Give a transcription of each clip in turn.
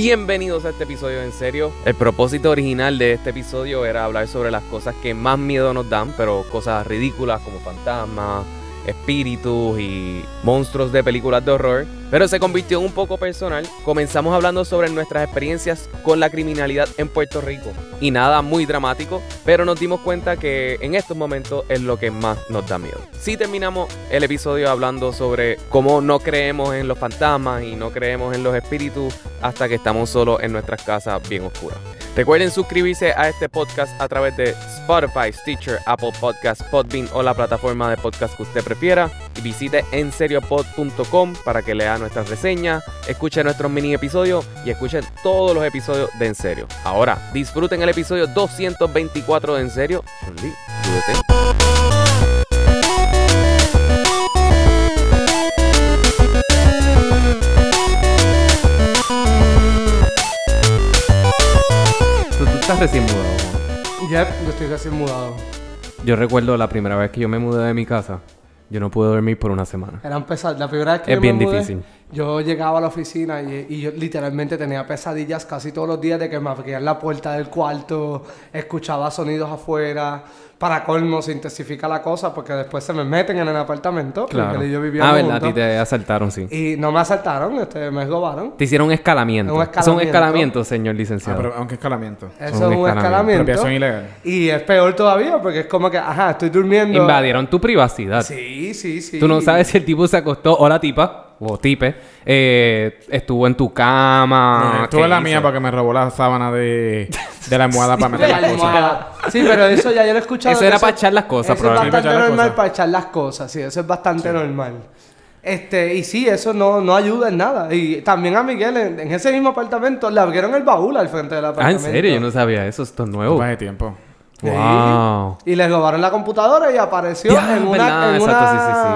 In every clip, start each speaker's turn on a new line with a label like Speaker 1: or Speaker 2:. Speaker 1: Bienvenidos a este episodio en serio. El propósito original de este episodio era hablar sobre las cosas que más miedo nos dan, pero cosas ridículas como fantasmas, espíritus y monstruos de películas de horror, pero se convirtió en un poco personal. Comenzamos hablando sobre nuestras experiencias con la criminalidad en Puerto Rico y nada muy dramático, pero nos dimos cuenta que en estos momentos es lo que más nos da miedo. Si sí terminamos el episodio hablando sobre cómo no creemos en los fantasmas y no creemos en los espíritus hasta que estamos solos en nuestras casas bien oscuras. Recuerden suscribirse a este podcast a través de Spotify, Stitcher, Apple Podcasts, Podbean o la plataforma de podcast que usted prefiera. Y visite enseriopod.com para que lea nuestras reseñas, escuche nuestros mini episodios y escuchen todos los episodios de En Serio. Ahora, disfruten el episodio 224 de En Serio. Chun-Li, tú detén.
Speaker 2: Tú, tú estás recién mudado. Juan.
Speaker 3: Ya, yo estoy recién mudado.
Speaker 2: Yo recuerdo la primera vez que yo me mudé de mi casa. Yo no pude dormir por una semana.
Speaker 3: Era un pesa- La primera vez que
Speaker 2: Es
Speaker 3: yo
Speaker 2: bien
Speaker 3: me mudé,
Speaker 2: difícil.
Speaker 3: Yo llegaba a la oficina y, y yo literalmente tenía pesadillas casi todos los días de que me abrían la puerta del cuarto, escuchaba sonidos afuera. Para colmo se intensifica la cosa porque después se me meten en el apartamento. porque
Speaker 2: Claro.
Speaker 3: él y yo
Speaker 2: ah,
Speaker 3: vivíamos
Speaker 2: verdad, a ti
Speaker 3: juntos.
Speaker 2: te asaltaron, sí.
Speaker 3: Y no me asaltaron, este, me esgobaron.
Speaker 2: Te hicieron un escalamiento.
Speaker 3: Un
Speaker 2: Son
Speaker 3: escalamiento.
Speaker 2: escalamientos, señor
Speaker 4: Ah,
Speaker 2: licenciado.
Speaker 4: pero aunque escalamiento.
Speaker 3: Eso
Speaker 2: un
Speaker 3: es un
Speaker 2: escalamiento.
Speaker 3: escalamiento.
Speaker 4: Apropiación ilegal.
Speaker 3: Y es peor todavía porque es como que, ajá, estoy durmiendo.
Speaker 2: Invadieron tu privacidad.
Speaker 3: Sí, sí, sí.
Speaker 2: Tú no sabes si el tipo se acostó o la tipa, o tipe, eh, estuvo en tu cama.
Speaker 4: No,
Speaker 2: ¿qué
Speaker 4: estuve en la
Speaker 2: hizo? Ah,
Speaker 4: mía porque me robó la sábana de, de la almohada para meter
Speaker 3: La
Speaker 4: las cosas.
Speaker 3: almohada. Sí, pero eso ya yo lo he escuchado.
Speaker 2: Eso
Speaker 3: que
Speaker 2: era para echar las cosas,
Speaker 3: Eso es
Speaker 2: probablemente.
Speaker 3: bastante
Speaker 4: Para echar las
Speaker 3: normal
Speaker 4: cosas.
Speaker 3: para echar las cosas, sí. Eso es bastante normal. Este, y sí, eso no, no ayuda en nada. Y también a Miguel, en, en ese mismo apartamento, le abrieron el baúl al frente del
Speaker 2: Ah, en
Speaker 3: apartamento.
Speaker 2: serio, yo no sabía eso. Esto es nuevo.
Speaker 4: Ocupas de tiempo.
Speaker 3: Sí.
Speaker 2: Wow.
Speaker 3: Y le robaron la computadora y apareció
Speaker 2: Ya,
Speaker 3: en
Speaker 2: verdad,
Speaker 3: una... En
Speaker 2: exacto,
Speaker 3: una,
Speaker 2: sí, sí,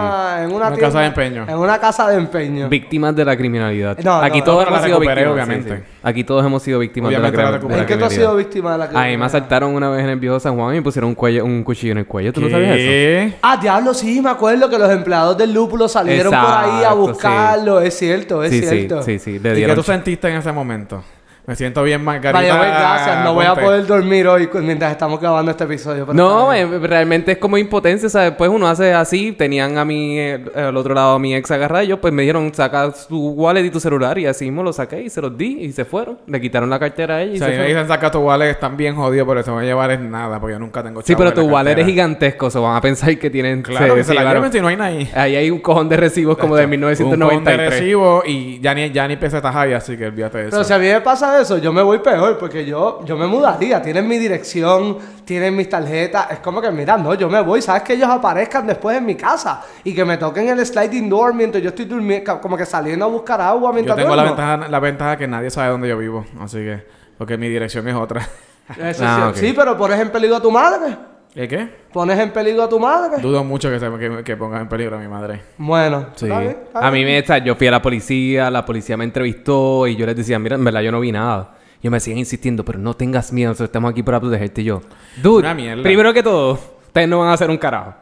Speaker 3: En una,
Speaker 4: Una
Speaker 3: tienda-
Speaker 4: casa de empeño.
Speaker 3: En una casa de empeño.
Speaker 2: Víctimas de la criminalidad.
Speaker 3: No, no,
Speaker 2: Aquí
Speaker 3: no,
Speaker 2: todos
Speaker 4: no la
Speaker 2: hemos sido
Speaker 4: recuperé,
Speaker 2: víctimas.
Speaker 4: obviamente.
Speaker 2: sí, sí. Aquí todos hemos sido víctimas
Speaker 4: Obviamente
Speaker 2: de la,
Speaker 4: la
Speaker 2: crim-
Speaker 4: recuperé.
Speaker 2: de la
Speaker 3: ¿En qué tú has
Speaker 2: criminalidad.
Speaker 3: sido víctima de la
Speaker 2: Ahí me asaltaron una vez en el viejo San Juan y me pusieron un, cuello, un cuchillo en el cuello. ¿Tú no sabías eso?
Speaker 4: ¿Qué?
Speaker 3: Ah, diablo, sí, me acuerdo que los empleados del lúpulo salieron por ahí a
Speaker 2: Exacto, sí.
Speaker 3: buscarlo. Es cierto, es
Speaker 2: sí,
Speaker 3: cierto.
Speaker 2: sí, sí, sí. Le
Speaker 4: ¿Y qué
Speaker 2: dieron
Speaker 4: tú sentiste en ese momento? Me siento bien, Margarita.
Speaker 3: Vaya, pues, gracias. No voy a
Speaker 4: Ponte.
Speaker 3: poder dormir hoy cu- mientras estamos grabando este episodio. pero está
Speaker 2: No,
Speaker 3: bien.
Speaker 2: eh, realmente es como impotencia, o sea, después uno hace así, tenían a mi, eh, al otro lado a mi ex agarrado, y yo pues me dijeron, saca tu wallet y tu celular, y así mismo lo saqué y se los di, y se fueron, le quitaron la cartera a ella y
Speaker 4: Si
Speaker 2: se
Speaker 4: a mí me
Speaker 2: fueron.
Speaker 4: dicen saca tu wallet, están bien jodidos, pero se van a llevar es nada, porque yo nunca tengo
Speaker 2: Sí,
Speaker 4: chavo
Speaker 2: pero
Speaker 4: en la
Speaker 2: tu wallet
Speaker 4: cartera.
Speaker 2: es gigantesco, se van a pensar que tienen...
Speaker 4: Claro, que se la
Speaker 2: llevaron.
Speaker 4: lleven si no hay nadie.
Speaker 2: Ahí hay un cojón de recibos como de
Speaker 4: Un cojón de
Speaker 2: 1993.
Speaker 4: recibo y ya ni, ya ni pesetas hay, así que olvídate de eso.
Speaker 3: Pero si a mí me pasa eso, yo me voy peor porque yo, yo me mudaría. Tienen mi dirección, tienen mis tarjetas. Es como que, mira, no, yo me voy. Sabes que ellos aparezcan después en mi casa y que me toquen el sliding door mientras yo estoy durmiendo, como que saliendo a buscar agua
Speaker 4: yo
Speaker 3: mientras
Speaker 4: tengo la
Speaker 3: duermo.
Speaker 4: ventaja, la ventaja que nadie sabe dónde yo vivo, así que... Porque mi dirección es otra.
Speaker 3: Eso
Speaker 2: Ah,
Speaker 3: sí,
Speaker 2: ok.
Speaker 3: sí, pero pones en peligro a tu madre.
Speaker 4: ¿El qué?
Speaker 3: Pones en peligro a tu madre.
Speaker 4: Dudo mucho que, se, que, que pongas en peligro a mi madre.
Speaker 3: Bueno,
Speaker 2: Sí.
Speaker 3: está bien, está
Speaker 2: A mí
Speaker 3: bien.
Speaker 2: me, o sea, yo fui a la policía, la policía me entrevistó y yo les decía, mira, en verdad yo no vi nada. Y me siguen insistiendo, pero no tengas miedo, nosotros estamos aquí para protegerte y yo. Dude,
Speaker 4: Una mierda.
Speaker 2: primero que todo, ustedes no van a hacer un carajo.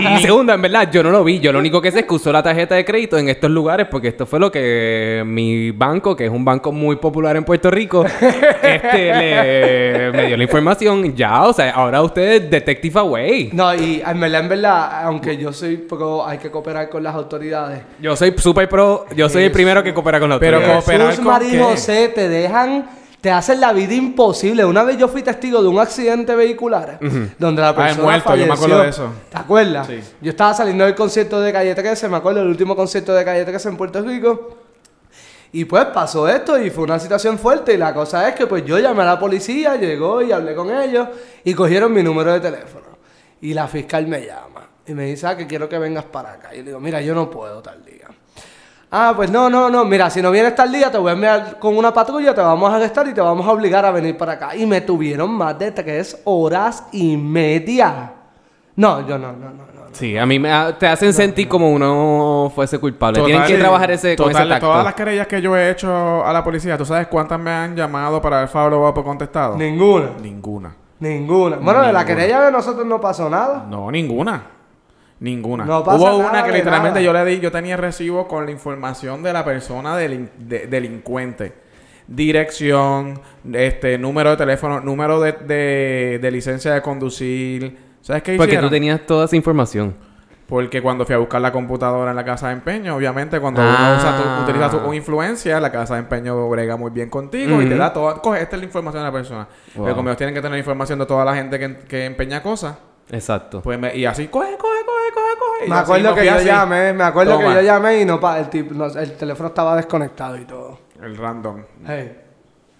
Speaker 2: y segundo, en verdad, yo no lo vi. Yo lo único que sé es que usó la tarjeta de crédito en estos lugares porque esto fue lo que mi banco, que es un banco muy popular en Puerto Rico, este, le- me dio la información. Ya, o sea, ahora ustedes detective away.
Speaker 3: No, y en verdad, en verdad, aunque yo soy poco, hay que cooperar con las autoridades.
Speaker 2: Yo soy super pro, yo soy el
Speaker 3: Jesús.
Speaker 2: primero que coopera con la
Speaker 4: Pero
Speaker 2: autoridad.
Speaker 4: como- ¿Cooperar
Speaker 3: Jesús,
Speaker 4: con
Speaker 3: María y
Speaker 4: qué?
Speaker 3: José te dejan, te hacen la vida imposible. Una vez yo fui testigo de un accidente vehicular donde la persona
Speaker 4: Ah, muerto, yo me
Speaker 3: falleció.
Speaker 4: acuerdo de eso.
Speaker 3: ¿Te acuerdas?
Speaker 4: Sí.
Speaker 3: Yo estaba saliendo del concierto de Calle 13, me acuerdo, el último concierto de Calle 13 en Puerto Rico. Y pues pasó esto y fue una situación fuerte. Y la cosa es que pues yo llamé a la policía, llegó y hablé con ellos y cogieron mi número de teléfono. Y la fiscal me llama y me dice, ah, que quiero que vengas para acá. Y le digo, mira, yo no puedo tal día. Ah, pues no, no, no. Mira, si no vienes tal día, te voy a enviar con una patrulla, te vamos a arrestar y te vamos a obligar a venir para acá. Y me tuvieron más de tres horas y media. No, yo no, no, no, no.
Speaker 2: Sí, a mí me ha- te hacen sentir como uno fuese culpable.
Speaker 4: Total,
Speaker 2: Tienen que trabajar ese, con
Speaker 4: total,
Speaker 2: ese tacto.
Speaker 4: Todas las querellas que yo he hecho a la policía, ¿tú sabes cuántas me han llamado para el follow up o
Speaker 2: Oh.
Speaker 4: contestado?
Speaker 3: Ninguna.
Speaker 4: ninguna.
Speaker 3: Ninguna. Bueno, de la querella de nosotros no pasó nada.
Speaker 4: No, ninguna. Ninguna.
Speaker 3: No pasa
Speaker 4: Hubo
Speaker 3: nada
Speaker 4: una que
Speaker 3: de nada.
Speaker 4: literalmente yo le di, yo tenía recibo con la información de la persona delin- de- delincuente. dirección, este, número de teléfono, número de, de- de licencia de conducir. ¿Sabes qué
Speaker 2: Porque
Speaker 4: hicieron?
Speaker 2: tú tenías toda esa información.
Speaker 4: Porque cuando fui a buscar la computadora en la casa de empeño, obviamente cuando
Speaker 2: Ah.
Speaker 4: uno usa tu- utiliza tu influencia, la casa de empeño brega muy bien contigo y te
Speaker 2: Ujú.
Speaker 4: da toda... Coge, esta es la información de la persona.
Speaker 2: Wow.
Speaker 4: Pero como ellos tienen que tener información de toda la gente que, que empeña cosas,
Speaker 2: Exacto.
Speaker 4: pues me- y así, coge, coge, coge, coge, coge. Y
Speaker 3: Me
Speaker 4: así
Speaker 3: acuerdo
Speaker 4: me
Speaker 3: que
Speaker 4: fui
Speaker 3: yo
Speaker 4: así.
Speaker 3: llamé, me acuerdo que
Speaker 4: Toma.
Speaker 3: yo llamé y no pa- el, tip- no- el teléfono estaba desconectado y todo.
Speaker 4: El random.
Speaker 2: Mm.
Speaker 3: Hey.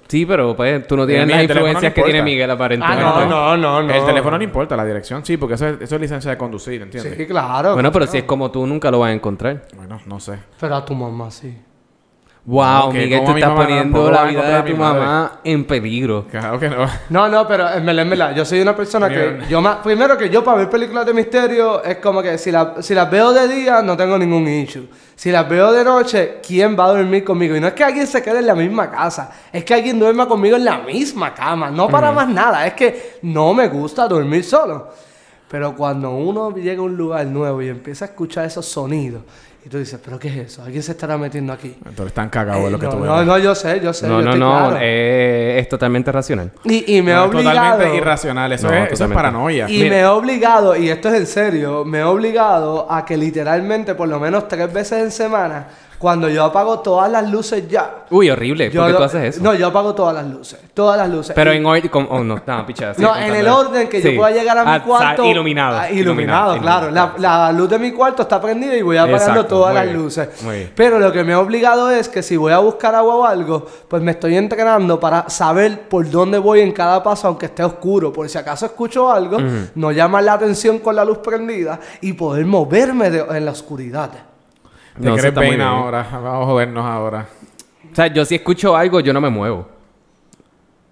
Speaker 2: Sí, pero pues tú no tienes
Speaker 4: Mira,
Speaker 2: las
Speaker 4: el teléfono
Speaker 2: influencias
Speaker 4: no
Speaker 2: que tiene
Speaker 4: importa.
Speaker 2: Miguel
Speaker 3: Ah,
Speaker 2: aparentemente.
Speaker 3: no, no, no, no.
Speaker 4: El teléfono no importa, la dirección sí, porque eso es, eso es licencia de conducir, ¿entiendes?
Speaker 3: Sí, claro.
Speaker 2: Bueno, pero si es como tú, nunca lo vas a encontrar.
Speaker 4: Bueno, no sé.
Speaker 3: Pero a tu mamá sí.
Speaker 2: Wow,
Speaker 4: Ok,
Speaker 2: Miguel,
Speaker 4: ¿cómo
Speaker 2: tú
Speaker 4: mi
Speaker 2: estás
Speaker 4: mamá
Speaker 2: poniendo
Speaker 4: tampoco va
Speaker 2: la
Speaker 4: a
Speaker 2: vida
Speaker 4: encontrar
Speaker 2: de
Speaker 4: a
Speaker 2: tu
Speaker 4: mi madre?
Speaker 2: mamá en peligro.
Speaker 4: Claro que no.
Speaker 3: No, no, pero en verdad, en verdad, yo soy una persona que...
Speaker 4: Bien.
Speaker 3: yo ma- Primero que yo para ver películas de misterio es como que si, la- si las veo de día no tengo ningún issue. Si las veo de noche, ¿quién va a dormir conmigo? Y no es que alguien se quede en la misma casa, es que alguien duerma conmigo en la misma cama, no para más nada, es que no me gusta dormir solo. Pero cuando uno llega a un lugar nuevo y empieza a escuchar esos sonidos, y tú dices, ¿pero qué es eso? ¿Alguien se estará metiendo aquí?
Speaker 4: Entonces están cagados
Speaker 3: Eh,
Speaker 4: lo que
Speaker 3: no,
Speaker 4: tú
Speaker 3: no,
Speaker 4: eres.
Speaker 3: no, yo sé, yo sé.
Speaker 2: No,
Speaker 3: yo
Speaker 2: no,
Speaker 3: estoy
Speaker 2: no.
Speaker 3: claro.
Speaker 2: eh, es totalmente racional.
Speaker 3: y, y me ha
Speaker 4: No,
Speaker 3: obligado.
Speaker 4: Totalmente irracional. Eso,
Speaker 2: No,
Speaker 4: es, eso es
Speaker 2: totalmente.
Speaker 4: paranoia.
Speaker 3: Y me he obligado, y esto es en serio, me he obligado a que literalmente por lo menos tres veces en semana, cuando yo apago todas las luces ya.
Speaker 2: Uy, horrible.
Speaker 3: yo
Speaker 2: ¿Por qué
Speaker 3: lo-
Speaker 2: tú haces eso?
Speaker 3: No, yo apago todas las luces. Todas las luces.
Speaker 2: pero
Speaker 3: Y-
Speaker 2: en orden... como- Oh, no. No, pichada.
Speaker 3: no, en el orden que yo pueda llegar a mi cuarto.
Speaker 2: Ah, iluminado.
Speaker 3: Ah, iluminado, claro. La, la luz de mi cuarto está prendida y voy apagando
Speaker 2: Exacto,
Speaker 3: todas
Speaker 2: muy
Speaker 3: las
Speaker 2: bien,
Speaker 3: luces.
Speaker 2: muy bien.
Speaker 3: Pero lo que me ha obligado es que si voy a buscar agua o algo, pues me estoy entrenando para saber por dónde voy en cada paso, aunque esté oscuro. Por si acaso escucho algo, no llamar la atención con la luz prendida y poder moverme de- en la oscuridad.
Speaker 4: Te
Speaker 2: No, eso
Speaker 4: crees
Speaker 2: está muy
Speaker 4: vain
Speaker 2: bien.
Speaker 4: ahora. Vamos a jodernos ahora.
Speaker 2: O sea, yo si escucho algo, yo no me muevo.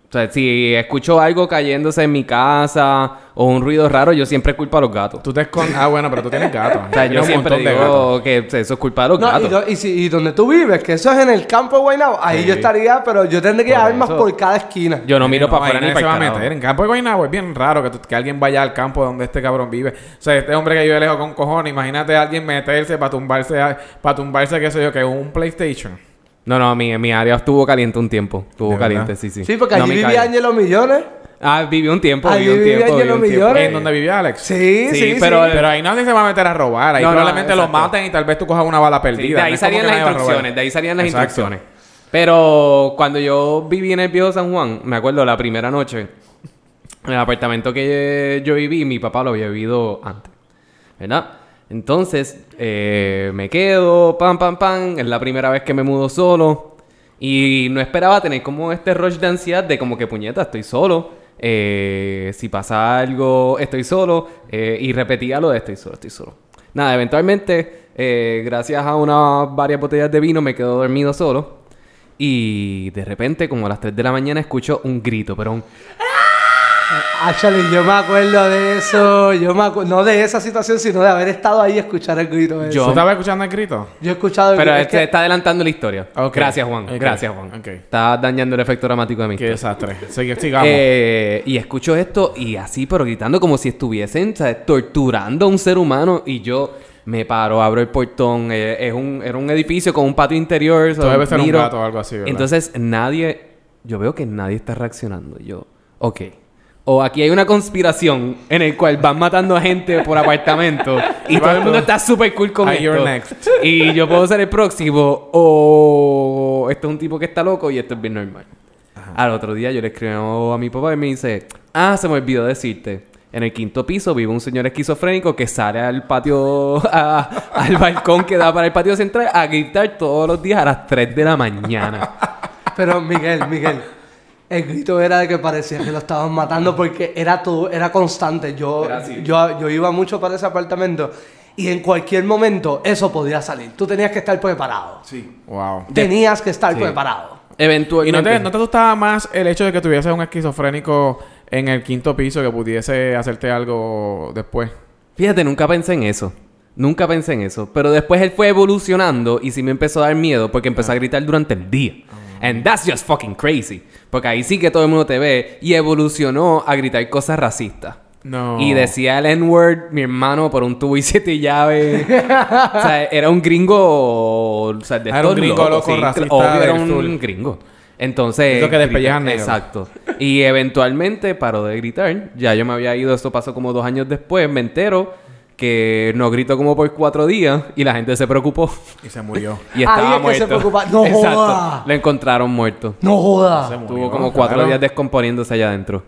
Speaker 2: O sea, si escucho algo cayéndose en mi casa o un ruido raro, yo siempre culpo a los gatos.
Speaker 4: Tú te escondes... Ah, bueno, pero tú tienes gatos.
Speaker 2: O sea, yo
Speaker 4: Tienes un
Speaker 2: siempre
Speaker 4: montón de gatos.
Speaker 2: digo que o sea, eso es culpa de los
Speaker 3: No, y,
Speaker 2: gatos.
Speaker 3: do- y si- y donde tú vives, que eso es en el campo de Guaynabo, ahí
Speaker 4: Sí.
Speaker 3: yo estaría, pero yo tendría
Speaker 2: Por
Speaker 3: armas
Speaker 2: eso.
Speaker 3: por cada esquina.
Speaker 2: Yo no miro
Speaker 4: No,
Speaker 2: para
Speaker 4: ahí
Speaker 2: afuera ni
Speaker 4: nadie se va
Speaker 2: para
Speaker 4: a meter. En campo de Guaynabo es bien raro que, tú- que alguien vaya al campo donde este cabrón vive. O sea, este hombre que vive lejos con cojones. Imagínate a alguien meterse para tumbarse, para tumbarse, qué sé yo, que un PlayStation.
Speaker 2: No, no, mi, mi área estuvo caliente un tiempo. Estuvo
Speaker 4: ¿De
Speaker 2: caliente,
Speaker 4: verdad?
Speaker 2: sí, sí.
Speaker 3: Sí, porque
Speaker 2: No
Speaker 3: allí
Speaker 2: me
Speaker 3: vivía
Speaker 2: caí.
Speaker 3: Angelo Millones.
Speaker 2: Ah, viví un tiempo,
Speaker 3: Allí
Speaker 2: viví un
Speaker 3: vivía
Speaker 2: tiempo.
Speaker 3: Angelo
Speaker 2: viví un tiempo.
Speaker 3: Millones.
Speaker 4: En donde vivía Alex.
Speaker 3: Sí, sí,
Speaker 2: Sí,
Speaker 3: sí.
Speaker 2: pero-
Speaker 4: Pero ahí nadie se va a meter a robar. Ahí
Speaker 2: No, no,
Speaker 4: probablemente lo
Speaker 2: exacto.
Speaker 4: maten y tal vez tú cojas una bala perdida.
Speaker 2: Sí, de
Speaker 4: No
Speaker 2: ahí
Speaker 4: es como
Speaker 2: salían
Speaker 4: que
Speaker 2: las
Speaker 4: nadie va a robar.
Speaker 2: instrucciones, de ahí salían las
Speaker 4: Exacto.
Speaker 2: instrucciones. Pero cuando yo viví en el viejo San Juan, me acuerdo la primera noche, en el apartamento que yo viví, mi papá lo había vivido antes, ¿verdad? Entonces, eh, me quedo, pam, pam, pam, es la primera vez que me mudo solo y no esperaba tener como este rush de ansiedad de como que puñeta, estoy solo. eh, si pasa algo, estoy solo. eh, y repetía lo de estoy solo, estoy solo. Nada, eventualmente, eh, gracias a unas varias botellas de vino, me quedo dormido solo. Y de repente, como a las 3 de la mañana, escucho un grito, pero un...
Speaker 3: Actually, yo me acuerdo de eso, yo me acu- no de esa situación, sino de haber estado ahí y escuchar el grito ese.
Speaker 2: Yo-
Speaker 4: ¿Tú estabas escuchando el grito?
Speaker 3: Yo he escuchado el
Speaker 2: Pero
Speaker 3: grito.
Speaker 2: este
Speaker 3: es que-
Speaker 2: está adelantando la historia.
Speaker 4: Ok.
Speaker 2: Gracias, Juan.
Speaker 4: Ok.
Speaker 2: Gracias, Juan.
Speaker 4: Ok.
Speaker 2: Está dañando el efecto dramático de mi
Speaker 4: Qué
Speaker 2: historia.
Speaker 4: desastre. Sigue- sigamos.
Speaker 2: Eh, y escucho esto y así, pero gritando como si estuviesen ¿sabes? torturando a un ser humano. Y yo me paro, abro el portón. eh, es un, era un edificio con un patio interior.
Speaker 4: Esto
Speaker 2: ¿sabes?
Speaker 4: debe ser un
Speaker 2: Miro.
Speaker 4: gato o algo así, ¿verdad?
Speaker 2: Entonces nadie, yo veo que nadie está reaccionando. Yo, ok. O aquí hay una conspiración en el cual van matando a gente por apartamento y todo el mundo está súper cool con
Speaker 4: Are
Speaker 2: esto.
Speaker 4: you next?
Speaker 2: Y yo puedo ser el próximo o esto es un tipo que está loco y esto es bien normal. Al otro día yo le escribo a mi papá y me dice, ah, se me olvidó decirte. En el quinto piso vive un señor esquizofrénico que sale al patio, a- al balcón que da para el patio central a gritar todos los días a las 3 de la mañana.
Speaker 3: Pero Miguel, Miguel, el grito era de que parecía que lo estaban matando porque era todo, era constante. Yo,
Speaker 2: Era así.
Speaker 3: yo, yo iba mucho para ese apartamento y en cualquier momento eso podía salir. Tú tenías que estar preparado.
Speaker 4: Wow.
Speaker 3: Tenías que estar
Speaker 2: Sí.
Speaker 3: preparado.
Speaker 4: ¿Y no
Speaker 2: Eventualmente.
Speaker 4: te, no te asustaba más el hecho de que tuviese un esquizofrénico en el quinto piso que pudiese hacerte algo después?
Speaker 2: Fíjate, nunca pensé en eso. Nunca pensé en eso. Pero después él fue evolucionando y sí me empezó a dar miedo porque empezó a gritar durante el día. And that's just fucking crazy. Porque ahí sí que todo el mundo te ve y evolucionó a gritar cosas racistas.
Speaker 4: No.
Speaker 2: Y decía el N-word, mi hermano, por un tubo y siete llaves. o sea, era un gringo. O sea, de
Speaker 4: Ah, Era
Speaker 2: estos
Speaker 4: un gringo
Speaker 2: locos,
Speaker 4: loco,
Speaker 2: sí.
Speaker 4: racista
Speaker 2: Obvio, era
Speaker 4: del
Speaker 2: un
Speaker 4: sur.
Speaker 2: gringo. Entonces.
Speaker 4: Es lo que despellejan
Speaker 2: grité-
Speaker 4: negro.
Speaker 2: Exacto. Y eventualmente paró de gritar. Ya yo me había ido, esto pasó como dos años después. Me entero que no grito como por cuatro días y la gente se preocupó.
Speaker 4: Y se murió.
Speaker 2: Y estaba
Speaker 3: Ahí es que
Speaker 2: muerto.
Speaker 3: se preocupa- ¡No joda!
Speaker 2: Lo encontraron muerto.
Speaker 3: No joda.
Speaker 4: Se murió,
Speaker 2: Tuvo como cuatro
Speaker 4: claro.
Speaker 2: días descomponiéndose allá adentro.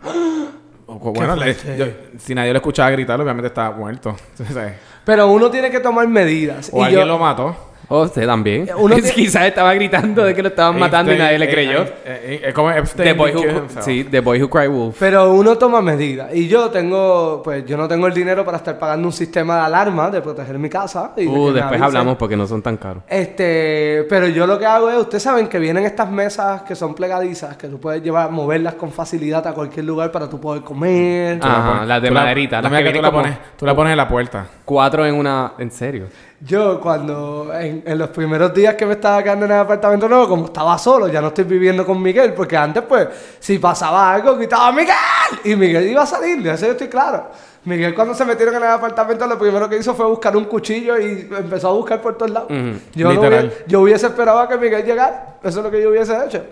Speaker 4: O- Bueno, le-
Speaker 3: fuerte.
Speaker 4: yo- si nadie lo escuchaba gritar, obviamente estaba muerto. O sea,
Speaker 3: Pero uno tiene que tomar medidas.
Speaker 4: O
Speaker 3: y
Speaker 4: alguien
Speaker 3: yo,
Speaker 4: lo mató.
Speaker 2: O Oh, usted también.
Speaker 4: Eh,
Speaker 3: Uno tiene-
Speaker 2: Quizás estaba gritando de que lo
Speaker 4: Este,
Speaker 2: estaban matando y nadie le creyó.
Speaker 4: eh, Es como Epstein.
Speaker 2: The Boy,
Speaker 4: killed
Speaker 2: who,
Speaker 4: himself.
Speaker 2: sí, The Boy Who Cried Wolf.
Speaker 3: Pero uno toma medidas. Y yo tengo, pues yo no tengo el dinero para estar pagando un sistema de alarma de proteger mi casa. Y de que
Speaker 2: Uh,
Speaker 3: me
Speaker 2: después
Speaker 3: avisen.
Speaker 2: hablamos porque no son tan caros.
Speaker 3: Este, pero yo lo que hago es, ustedes saben que vienen estas mesas que son plegadizas, que tú puedes llevar, moverlas con facilidad a cualquier lugar para tú poder comer.
Speaker 4: Tú la
Speaker 2: Ajá,
Speaker 4: pones-
Speaker 2: las de
Speaker 4: tú
Speaker 2: maderita, las
Speaker 4: mira
Speaker 2: que
Speaker 4: tú
Speaker 2: vienen
Speaker 4: la
Speaker 2: como-
Speaker 4: pones- Tú la pones en la puerta.
Speaker 2: Cuatro en una... ¿En serio?
Speaker 3: Yo cuando, en, en los primeros días que me estaba quedando en el apartamento nuevo, como estaba solo, ya no estoy viviendo con Miguel, porque antes pues, si pasaba algo, gritaba ¡Miguel! Y Miguel iba a salir, de eso yo estoy claro. Miguel cuando se metieron en el apartamento, lo primero que hizo fue buscar un cuchillo y empezó a buscar por todos lados. yo, no
Speaker 4: literal.
Speaker 3: hubiera- yo hubiese esperado a que Miguel llegara, eso es lo que yo hubiese hecho.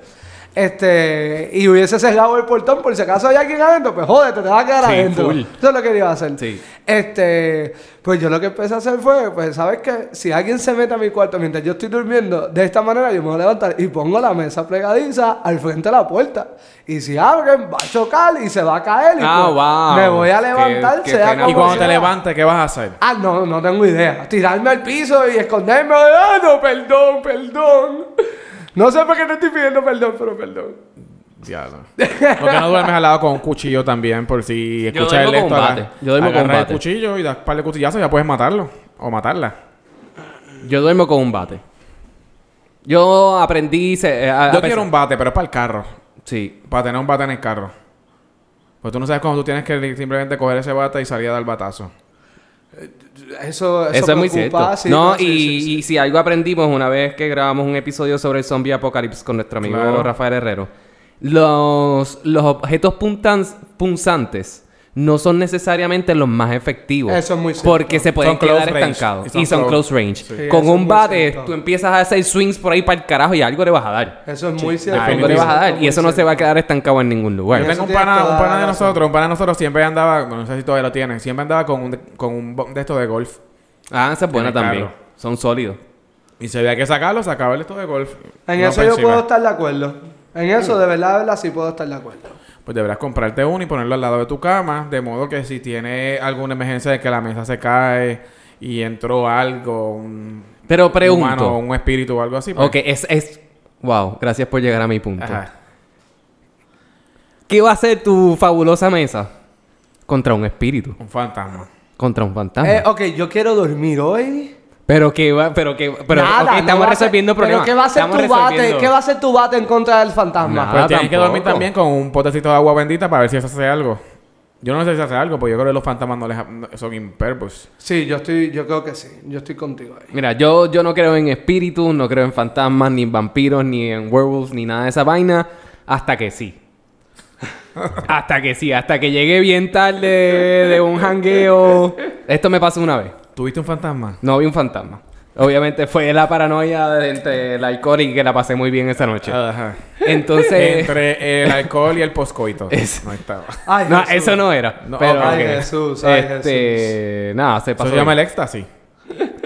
Speaker 3: Este, y hubiese cerrado el portón por si acaso hay alguien adentro, pues jódete, te vas a quedar
Speaker 2: Sí,
Speaker 3: adentro.
Speaker 2: full.
Speaker 3: Eso es lo que iba a hacer.
Speaker 2: Sí.
Speaker 3: Este, pues yo lo que empecé a hacer fue, pues, ¿sabes qué? Si alguien se mete a mi cuarto mientras yo estoy durmiendo, de esta manera yo me voy a levantar y pongo la mesa plegadiza al frente de la puerta. Y si abren, va a chocar y se va a caer. Y
Speaker 2: Ah,
Speaker 3: pues,
Speaker 2: wow.
Speaker 3: Me voy a
Speaker 2: Qué-
Speaker 3: levantar,
Speaker 2: qué
Speaker 3: sea
Speaker 2: pena.
Speaker 3: como
Speaker 4: Y cuando
Speaker 3: sea.
Speaker 4: te levantes, ¿qué vas a hacer?
Speaker 3: Ah, no, no tengo idea. Tirarme al piso y esconderme. Ah, no, perdón, perdón. No sé por qué te estoy pidiendo perdón, pero perdón.
Speaker 4: Diablo. Porque no duermes al lado con un cuchillo también, por si escuchas
Speaker 2: duermo
Speaker 4: el esto.
Speaker 2: con bate.
Speaker 4: aga-
Speaker 2: Yo duermo con
Speaker 4: agarras
Speaker 2: bate.
Speaker 4: el cuchillo y das un par de cuchillazos y ya puedes matarlo. O matarla.
Speaker 2: Yo duermo con un bate. Yo aprendí... se- eh, a- a
Speaker 4: Yo
Speaker 2: pesar-
Speaker 4: quiero un bate, pero es para el carro.
Speaker 2: Sí.
Speaker 4: Para tener un bate en el carro. Pues tú no sabes cuando tú tienes que simplemente coger ese bate y salir a dar batazo.
Speaker 3: Eso, eso,
Speaker 2: Eso, es muy
Speaker 3: preocupa,
Speaker 2: cierto.
Speaker 3: sí,
Speaker 2: no,
Speaker 3: sí,
Speaker 2: y,
Speaker 3: sí, sí.
Speaker 2: y si algo aprendimos una vez que grabamos un episodio sobre el zombie apocalypse con nuestro amigo
Speaker 4: Claro.
Speaker 2: Rafael Herrero, los, los objetos puntan- punzantes no son necesariamente los más efectivos.
Speaker 3: Eso es muy cierto.
Speaker 2: Porque se pueden
Speaker 4: Son close
Speaker 2: quedar
Speaker 4: range.
Speaker 2: estancados.
Speaker 4: Y
Speaker 2: Y
Speaker 4: son
Speaker 2: son
Speaker 4: close-
Speaker 2: close range.
Speaker 4: Sí.
Speaker 3: Sí,
Speaker 2: Con
Speaker 3: eso es
Speaker 2: un
Speaker 3: muy
Speaker 2: bate,
Speaker 3: cierto.
Speaker 2: tú empiezas a hacer swings por ahí para el carajo y algo le vas a dar.
Speaker 3: Eso es muy cierto.
Speaker 2: Algo le vas a dar.
Speaker 3: Muy
Speaker 2: Y eso no se
Speaker 3: cierto.
Speaker 2: va a quedar estancado en ningún
Speaker 4: Yo
Speaker 2: lugar.
Speaker 3: Eso
Speaker 4: tengo un
Speaker 3: tienes
Speaker 4: pana,
Speaker 3: toda
Speaker 4: un
Speaker 3: la
Speaker 4: pana de
Speaker 3: razón.
Speaker 4: nosotros, un pana de nosotros siempre andaba, bueno, no sé si todavía lo tienen, siempre andaba con un, con un bo- de estos de golf.
Speaker 2: Ah, esa es buena
Speaker 4: En el
Speaker 2: también.
Speaker 4: carro.
Speaker 2: Son sólidos.
Speaker 4: Y se había que sacarlo, sacaba el esto de golf.
Speaker 3: En
Speaker 4: Uno
Speaker 3: eso
Speaker 4: para
Speaker 3: yo
Speaker 4: encima.
Speaker 3: puedo estar de acuerdo.
Speaker 2: Mm.
Speaker 3: En eso, de verdad, de verdad, sí puedo estar de acuerdo.
Speaker 4: Pues deberás comprarte uno y ponerlo al lado de tu cama, de modo que si tiene alguna emergencia de que la mesa se cae y entró algo, un
Speaker 2: Pero pregunto.
Speaker 4: un humano, un espíritu o algo así. pues,
Speaker 2: Ok, es, es... Wow, gracias por llegar a mi punto.
Speaker 4: Ajá.
Speaker 2: ¿Qué va a hacer tu fabulosa mesa? Contra un espíritu,
Speaker 4: Un fantasma.
Speaker 2: contra un fantasma.
Speaker 3: Eh, ok, yo quiero dormir hoy.
Speaker 2: Pero que va, pero que, pero
Speaker 3: Nada,
Speaker 2: ok,
Speaker 3: no
Speaker 2: estamos
Speaker 3: va a ser-
Speaker 2: resolviendo problemas.
Speaker 3: Pero ¿qué va a hacer
Speaker 2: Estamos
Speaker 3: tu bate?
Speaker 2: resolviendo-
Speaker 3: ¿Qué va a hacer tu bate en contra del fantasma?
Speaker 2: Nada.
Speaker 4: Pero Pues tienes que dormir
Speaker 2: Ah, tampoco.
Speaker 4: también con un potecito de agua bendita para ver si eso hace algo. Yo no sé si hace algo, porque yo creo que los fantasmas no les ha- no- son impervos.
Speaker 3: Sí, yo estoy, yo creo que sí. Yo estoy contigo ahí.
Speaker 2: Mira, yo, yo no creo en espíritus, no creo en fantasmas, ni en vampiros, ni en werewolves, ni nada de esa vaina, hasta que sí. hasta que sí, hasta que llegue bien tarde de un jangueo. Esto me pasó una vez.
Speaker 4: ¿Tuviste un fantasma?
Speaker 2: No vi un fantasma. Obviamente fue la paranoia de- entre el alcohol y que la pasé muy bien esa noche.
Speaker 3: Ah.
Speaker 4: Ajá.
Speaker 2: Entonces,
Speaker 4: Entre el alcohol y el poscoito.
Speaker 2: Es-
Speaker 4: No estaba.
Speaker 3: Ay,
Speaker 2: no,
Speaker 3: Jesús.
Speaker 2: eso no era.
Speaker 4: No,
Speaker 2: pero,
Speaker 3: Ay,
Speaker 2: ok.
Speaker 3: Jesús, ay,
Speaker 2: este, nada, se
Speaker 4: Eso
Speaker 2: pasó.
Speaker 4: se llama el éxtasis.
Speaker 2: bien.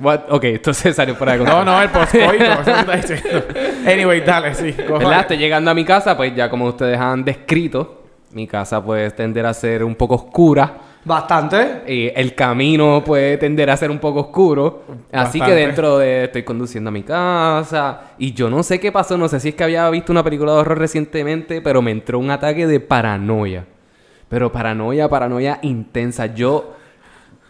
Speaker 2: What? Ok, entonces salió fuera de
Speaker 4: No,
Speaker 2: control.
Speaker 4: no, el poscoito. Eso me está diciendo. Anyway, dale, sí. coja.
Speaker 2: ¿Verdad? Estoy llegando a mi casa, pues ya como ustedes han descrito, mi casa puede tender a ser un poco oscura.
Speaker 3: Bastante.
Speaker 2: y el camino puede tender a ser un poco oscuro. Así que
Speaker 4: Bastante.
Speaker 2: dentro de. Estoy conduciendo a mi casa. Y yo no sé qué pasó. No sé si es que había visto una película de horror recientemente. Pero me entró un ataque de paranoia. Pero paranoia, paranoia intensa. Yo. O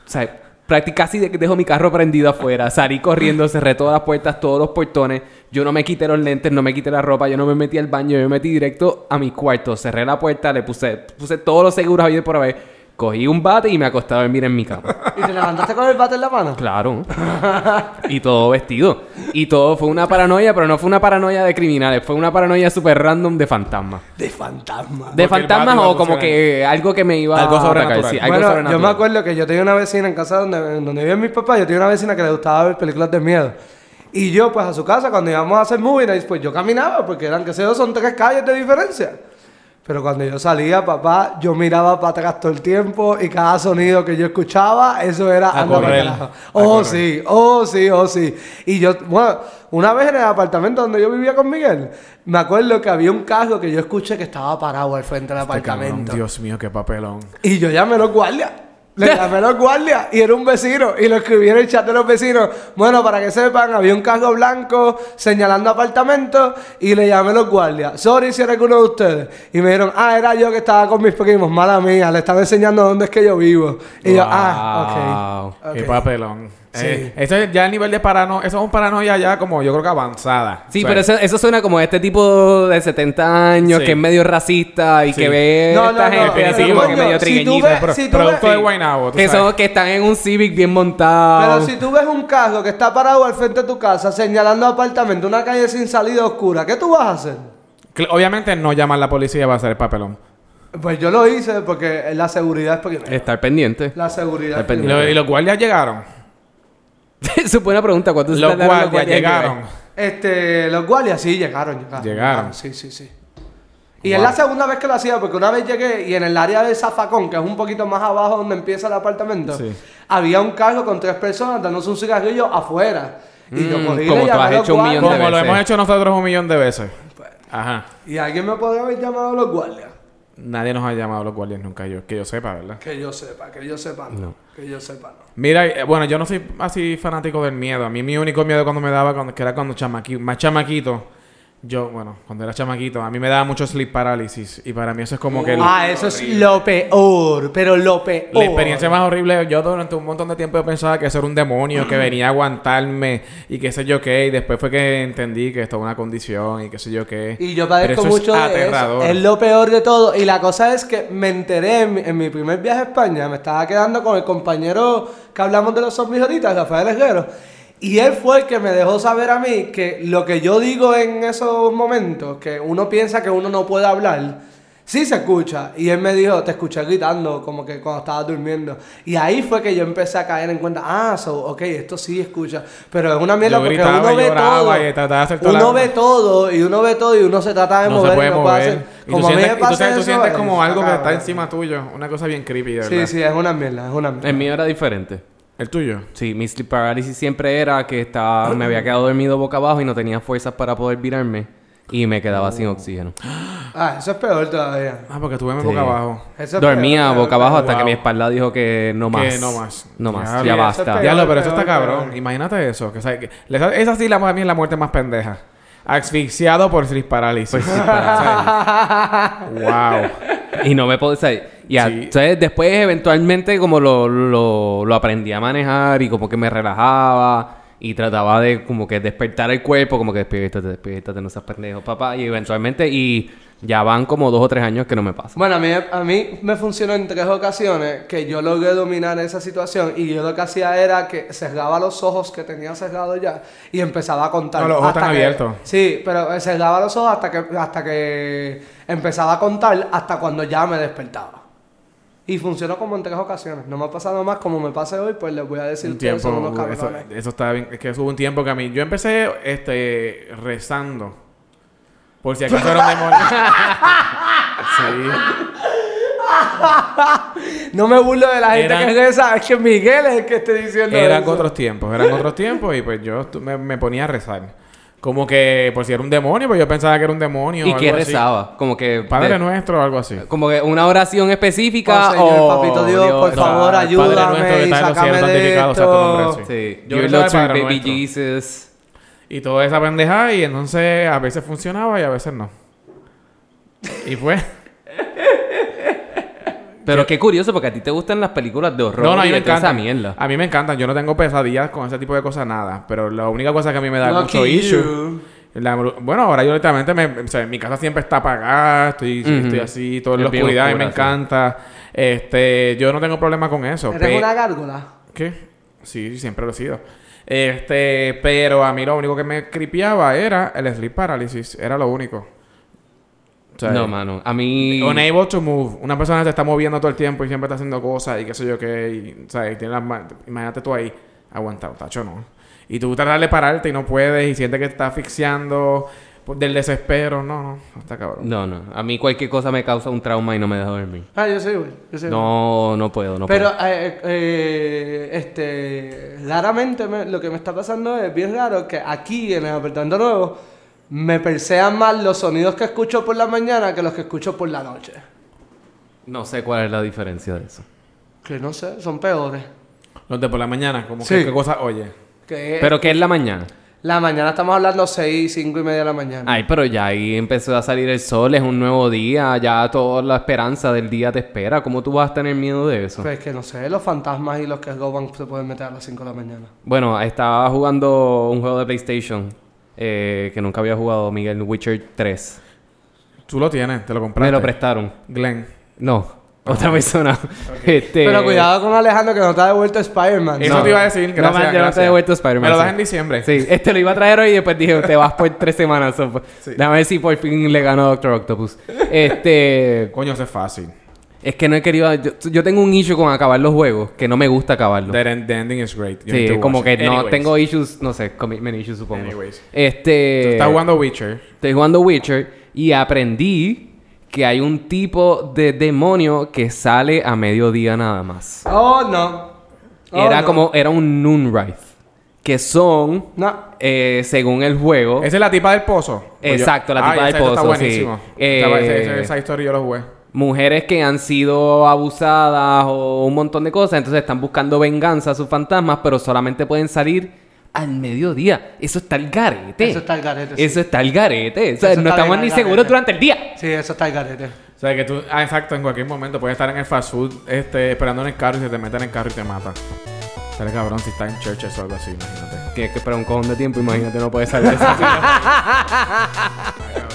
Speaker 2: sea, prácticamente casi de- dejo mi carro prendido afuera. Salí corriendo, cerré todas las puertas, todos los portones. Yo no me quité los lentes, no me quité la ropa. Yo no me metí al baño. Yo me metí directo a mi cuarto. Cerré la puerta, le puse, puse todos los seguros habidos por haber. Cogí un bate y me acosté a dormir en mi cama.
Speaker 3: ¿Y te levantaste con el bate en la mano?
Speaker 2: Claro. Y todo vestido. Y todo fue una paranoia, pero no fue una paranoia de criminales, fue una paranoia super random de fantasmas.
Speaker 3: De
Speaker 2: De
Speaker 3: fantasma.
Speaker 4: Porque el
Speaker 2: fantasmas
Speaker 4: bate iba
Speaker 2: o como
Speaker 4: funcionando.
Speaker 2: que algo que me iba
Speaker 4: Algo sobrenatural.
Speaker 2: a atacar. Sí, algo
Speaker 3: bueno, yo me
Speaker 2: sobrenatural.
Speaker 3: acuerdo que yo tenía una vecina en casa donde, donde vivían mis papás. Yo tenía una vecina que le gustaba ver películas de miedo. Y yo, pues a su casa, cuando íbamos a hacer movie nights, pues yo caminaba, porque eran, que sé yo, son tres calles de diferencia. Pero cuando yo salía, papá, yo miraba para atrás todo el tiempo y cada sonido que yo escuchaba, eso era
Speaker 4: A
Speaker 3: anda pa'l
Speaker 4: correr,
Speaker 3: carajo.
Speaker 4: a
Speaker 3: Oh,
Speaker 4: correr.
Speaker 3: sí, oh, sí, oh, sí. Y yo, bueno, una vez en el apartamento donde yo vivía con Miguel, me acuerdo que había un carro que yo escuché que estaba parado al frente del
Speaker 4: Este Cabrón,
Speaker 3: apartamento.
Speaker 4: Dios mío, qué papelón.
Speaker 3: Y yo llamé a los guardias. Le llamé a los guardias y era un vecino. Y lo escribí en el chat de los vecinos. Bueno, para que sepan, había un casco blanco señalando apartamentos y le llamé a los guardias. Sorry si era alguno de ustedes. Y me dijeron, ah, era yo que estaba con mis primos. Mala mía, le estaba enseñando dónde es que yo vivo. Y yo, ah,
Speaker 2: Wow.
Speaker 3: ok.
Speaker 4: Qué
Speaker 3: ok".
Speaker 4: papelón.
Speaker 3: Sí.
Speaker 4: Eh, eso es ya el nivel de paranoia. Eso es un paranoia ya como yo creo que avanzada.
Speaker 2: Sí,
Speaker 4: O sea,
Speaker 2: pero eso, eso suena como este tipo de 70 años
Speaker 4: Sí.
Speaker 2: que es medio racista y
Speaker 4: Sí.
Speaker 2: que ve
Speaker 3: No,
Speaker 2: esta
Speaker 3: no, no,
Speaker 2: gente así
Speaker 4: definitivo.
Speaker 2: como que
Speaker 4: Coño,
Speaker 2: medio
Speaker 3: si
Speaker 2: trigueñita.
Speaker 3: tú ves-
Speaker 4: pro-
Speaker 3: si tú
Speaker 4: producto
Speaker 3: ves-
Speaker 4: de Guaynabo. tú
Speaker 2: Que,
Speaker 4: sabes.
Speaker 2: son, que están en un Civic bien
Speaker 3: Pero
Speaker 2: montado.
Speaker 3: si tú ves un casco que está parado al frente de tu casa señalando apartamento, una calle sin salida oscura, ¿qué tú vas a hacer?
Speaker 4: Cl- Obviamente no llamar a la policía va a ser el papelón.
Speaker 3: Pues yo lo hice porque la seguridad es porque
Speaker 2: Estar pendiente.
Speaker 3: La seguridad. es
Speaker 4: ¿Y,
Speaker 2: Depende.
Speaker 3: primero.
Speaker 4: lo- y los guardias llegaron.
Speaker 2: Eso es buena pregunta. ¿Cuántos
Speaker 4: Los
Speaker 2: tardaron
Speaker 4: guardias,
Speaker 2: guardias en llegar?
Speaker 4: llegaron.
Speaker 3: Este, los guardias sí llegaron, llegaron.
Speaker 4: Llegaron.
Speaker 3: Sí, sí, sí. Y es la segunda vez que lo hacía, porque una vez llegué y en el área de Zafacón, que es un poquito más abajo donde empieza el apartamento,
Speaker 4: Sí.
Speaker 3: había un carro con tres personas dándose un cigarrillo afuera. Y yo
Speaker 2: Mm,
Speaker 3: cogí y le
Speaker 2: como tú
Speaker 3: llamé
Speaker 2: has
Speaker 3: a los
Speaker 2: hecho un millón de
Speaker 3: guardias.
Speaker 4: Como lo
Speaker 2: veces. Pues.
Speaker 4: hemos hecho nosotros un millón de veces. Ajá.
Speaker 3: Y alguien me podría haber llamado a los guardias.
Speaker 4: Nadie nos ha llamado a los guardias nunca, yo, que yo sepa, ¿verdad?
Speaker 3: Que yo sepa, que yo sepa. No. Que yo sepa, no.
Speaker 4: Mira, eh, bueno, yo no soy así fanático del miedo. A mí mi único miedo cuando me daba, cuando, que era cuando chamaqui, más chamaquito, yo, bueno, cuando era chamaquito, a mí me daba mucho sleep parálisis. Y para mí eso es como que... el-
Speaker 3: Ah, eso es lo peor, pero lo peor.
Speaker 4: La experiencia más horrible, yo durante un montón de tiempo yo pensaba que eso era un demonio que venía a aguantarme y qué sé yo qué, y después fue que entendí que esto es una condición y qué sé yo qué.
Speaker 3: Y yo
Speaker 4: Pero
Speaker 3: padezco
Speaker 4: eso
Speaker 3: mucho de
Speaker 4: es
Speaker 3: eso.
Speaker 4: aterrador.
Speaker 3: Es lo peor de todo. Y la cosa es que me enteré en mi, en mi primer viaje a España. Me estaba quedando con el compañero que hablamos de los zombies ahorita, Rafael Esguero. Y él fue el que me dejó saber a mí que lo que yo digo en esos momentos, que uno piensa que uno no puede hablar, sí se escucha. Y él me dijo, te escuché gritando, como que cuando estaba durmiendo. Y ahí fue que yo empecé a caer en cuenta, ah, so, ok, esto sí escucha. Pero es una mierda
Speaker 4: Yo
Speaker 3: porque
Speaker 4: gritaba
Speaker 3: uno
Speaker 4: y
Speaker 3: ve
Speaker 4: lloraba
Speaker 3: todo.
Speaker 4: y trataba de hacer toda la-
Speaker 3: uno ve todo y uno ve todo y uno se trata de
Speaker 4: no
Speaker 3: mover,
Speaker 4: se puede
Speaker 3: no puede
Speaker 4: mover.
Speaker 3: hacer.
Speaker 4: Y tú
Speaker 3: Como a mí
Speaker 4: sientes,
Speaker 3: me
Speaker 4: y tú
Speaker 3: pasa
Speaker 4: sientes- tú
Speaker 3: eso,
Speaker 4: sientes
Speaker 3: es-
Speaker 4: como algo que
Speaker 3: cabrón.
Speaker 4: está encima tuyo. Una cosa bien creepy, de ¿verdad? Em,
Speaker 3: Sí, sí, es una mierda, es una mierda.
Speaker 2: El mío era diferente.
Speaker 4: ¿El tuyo?
Speaker 2: Sí, mi sleep paralysis siempre era que estaba, me había quedado dormido boca abajo y no tenía fuerzas para poder virarme y me quedaba sin
Speaker 4: Oh.
Speaker 2: oxígeno.
Speaker 3: Ah, eso es peor todavía.
Speaker 4: Ah, porque tuve mi
Speaker 2: Sí.
Speaker 4: boca abajo.
Speaker 3: Eso es
Speaker 2: Dormía
Speaker 3: peor, peor,
Speaker 2: boca abajo hasta que
Speaker 4: Wow.
Speaker 2: mi espalda dijo que no
Speaker 4: Que
Speaker 2: más.
Speaker 4: no más.
Speaker 2: No más,
Speaker 4: Ya,
Speaker 2: ya
Speaker 4: sí,
Speaker 2: basta.
Speaker 3: eso es
Speaker 4: Diablo, pero eso
Speaker 3: peor,
Speaker 4: está
Speaker 3: peor.
Speaker 4: cabrón. Imagínate eso. Que, o sea, que- esa, esa sí, la, para mí es la muerte más pendeja. Asfixiado por sleep parálisis.
Speaker 2: Pues
Speaker 4: wow.
Speaker 2: Y no me podía... o sea, y a-
Speaker 4: Sí.
Speaker 2: entonces, después eventualmente como lo, lo, lo aprendí a manejar y como que me relajaba y trataba de como que despertar el cuerpo, como que despiértate, despiértate, no seas pendejo, papá. Y eventualmente, y ya van como dos o tres años que no me pasa.
Speaker 3: Bueno, a mí, a mí me funcionó en tres ocasiones que yo logré dominar esa situación y yo lo que hacía era que cerraba los ojos que tenía cerrados ya y empezaba a contar.
Speaker 4: No, los ojos
Speaker 3: hasta
Speaker 4: están
Speaker 3: que-
Speaker 4: abiertos.
Speaker 3: Sí, pero eh, cerraba los ojos hasta que, hasta que empezaba a contar hasta cuando ya me despertaba. Y funcionó como en tres ocasiones. No me ha pasado más como me pase hoy, pues les voy a decir
Speaker 4: un
Speaker 3: ustedes son
Speaker 4: tiempo
Speaker 3: unos
Speaker 4: hubo- eso,
Speaker 3: cabrones.
Speaker 4: eso estaba bien es que hubo un tiempo que a mí yo empecé este rezando por si acaso era un demonio sí
Speaker 3: No me burlo de la gente
Speaker 4: Era-
Speaker 3: que reza, es que Miguel es el que esté diciendo
Speaker 4: eran
Speaker 3: eso.
Speaker 4: otros tiempos eran otros tiempos y pues yo estu- me, me ponía a rezar como que por si era un demonio pues yo pensaba que era un demonio
Speaker 2: ¿Y
Speaker 4: o
Speaker 2: que
Speaker 4: algo así.
Speaker 2: rezaba? Como que...
Speaker 4: Padre
Speaker 2: de-
Speaker 4: nuestro o algo así
Speaker 2: Como que una oración específica
Speaker 3: Oh, señor,
Speaker 2: o...
Speaker 3: papito Dios, por
Speaker 2: o sea,
Speaker 3: favor,
Speaker 4: Padre nuestro
Speaker 3: ayúdame
Speaker 4: que
Speaker 3: y
Speaker 4: está en los cielos,
Speaker 3: sácame de
Speaker 4: santificado sea tu nombre,
Speaker 3: esto.
Speaker 4: sí.
Speaker 2: Sí.
Speaker 4: Yo
Speaker 2: Your
Speaker 4: rezaba el
Speaker 2: Lord,
Speaker 4: Padre
Speaker 2: baby
Speaker 4: Nuestro.
Speaker 2: Jesus.
Speaker 4: y toda esa pendeja y entonces a veces funcionaba y a veces no y pues
Speaker 2: Pero qué curioso, porque a ti te gustan las películas de horror
Speaker 4: No, no, a
Speaker 2: y
Speaker 4: mí me
Speaker 2: toda esa
Speaker 4: encantan. Ah,
Speaker 2: mierda.
Speaker 4: A mí me encantan. Yo no tengo pesadillas con ese tipo de cosas, nada. Pero la única cosa que a mí me da
Speaker 3: Lucky
Speaker 4: mucho issue...
Speaker 3: you.
Speaker 4: la bru- bueno, ahora yo directamente... Me, o sea, mi casa siempre está apagada. Estoy,
Speaker 2: Ujú.
Speaker 4: estoy así, todo en
Speaker 2: Es
Speaker 4: la
Speaker 2: bien
Speaker 4: oscuridad. y me
Speaker 2: oscura, sí.
Speaker 4: encanta. Este... Yo no tengo problema con eso.
Speaker 3: Eres
Speaker 4: pe-
Speaker 3: una gárgola.
Speaker 4: ¿Qué? Sí, siempre lo he sido. Este... Pero a mí lo único que me cripiaba era el sleep paralysis. Era lo único. O sea, eh,
Speaker 2: No, mano. A mí...
Speaker 4: Unable to move. Una persona que se está moviendo todo el tiempo y siempre está haciendo cosas y qué sé yo qué. Y, ¿sabes? Tiene las ma- Imagínate tú ahí, aguantado, tacho, no. Y tú tratas de pararte y no puedes y sientes que te estás asfixiando por- del desespero. No, no, está cabrón.
Speaker 2: No, no. A mí cualquier cosa me causa un trauma y no me deja dormir.
Speaker 3: Ah, yo soy igual. Yo soy igual.
Speaker 2: No, no puedo, no
Speaker 3: Pero,
Speaker 2: puedo.
Speaker 3: eh, eh, este, raramente me- lo que me está pasando es bien raro que aquí en el apartamento nuevo me persean más los sonidos que escucho por la mañana que los que escucho por la noche.
Speaker 2: No sé cuál es la diferencia de eso.
Speaker 3: Que no sé, son peores.
Speaker 4: Los de por la mañana, como
Speaker 3: Sí.
Speaker 4: que qué cosa oye.
Speaker 3: Que
Speaker 2: ¿Pero qué es la mañana?
Speaker 3: la mañana estamos hablando 6, 5 y media de la mañana.
Speaker 2: Ay, pero ya ahí empezó a salir el sol, es un nuevo día, ya toda la esperanza del día te espera. ¿Cómo tú vas a tener miedo de eso?
Speaker 3: Pues que no sé, los fantasmas y los que roban se pueden meter a las 5 de la mañana.
Speaker 2: Bueno, estaba jugando un juego de PlayStation eh, que nunca había jugado, Miguel Witcher 3.
Speaker 4: Tú lo tienes, te lo
Speaker 2: Me
Speaker 4: compraste.
Speaker 2: lo prestaron.
Speaker 4: Glenn.
Speaker 2: No,
Speaker 4: Ah,
Speaker 2: otra persona. Este,
Speaker 3: Pero cuidado con Alejandro que no te ha devuelto Spider-Man.
Speaker 4: Eso
Speaker 2: No.
Speaker 4: te iba a decir,
Speaker 2: No, man,
Speaker 4: gracias.
Speaker 2: yo no te he
Speaker 4: gracias.
Speaker 2: devuelto este Spider-Man,
Speaker 4: Me lo
Speaker 2: sí.
Speaker 4: das en diciembre.
Speaker 2: Sí, este lo iba a traer hoy y después dije, te vas por tres semanas. so, pues, Déjame ver si por fin le ganó a Doctor Octopus. Este,
Speaker 4: Coño, eso es fácil.
Speaker 2: es que no he querido... Yo, yo tengo un issue con acabar los juegos, que no me gusta acabarlos.
Speaker 4: That end- the ending is great. You need
Speaker 2: Sí,
Speaker 4: to
Speaker 2: como
Speaker 4: watch
Speaker 2: que
Speaker 4: it.
Speaker 2: no
Speaker 4: Anyways.
Speaker 2: tengo issues, no sé, commitment issues supongo.
Speaker 4: Anyways.
Speaker 2: Este...
Speaker 4: Está jugando Witcher.
Speaker 2: Estoy jugando Witcher y aprendí que hay un tipo de demonio que sale a mediodía nada más.
Speaker 3: Oh, no. Oh,
Speaker 2: era
Speaker 3: no.
Speaker 2: como, era un Noonwraith. Que son,
Speaker 3: No.
Speaker 2: eh, según el juego,
Speaker 4: Esa es la tipa del pozo.
Speaker 2: Exacto, la
Speaker 4: Oye,
Speaker 2: tipa del
Speaker 4: ah, esa- esa
Speaker 2: pozo,
Speaker 4: Está buenísimo.
Speaker 2: sí. Eh,
Speaker 4: Estaba- esa, esa historia yo la jugué.
Speaker 2: mujeres que han sido abusadas o un montón de cosas, entonces están buscando venganza a sus fantasmas, pero solamente pueden salir al mediodía. Eso está el garete.
Speaker 3: Eso está el garete, sí.
Speaker 2: Eso está el garete. O sea,
Speaker 3: Eso
Speaker 2: no
Speaker 3: está
Speaker 2: estamos
Speaker 3: bien
Speaker 2: ni
Speaker 3: al
Speaker 2: seguros
Speaker 3: garete.
Speaker 2: durante el día.
Speaker 3: Sí, eso está el garete.
Speaker 4: O sea, que tú... Ah, exacto. En cualquier momento puedes estar en el fast food este, esperando en el carro y se te mete en el carro y te mata. Sale cabrón si está en churches o algo así, imagínate.
Speaker 2: Tienes que esperar un cojón de tiempo, imagínate, no puedes salir de esa ciudad.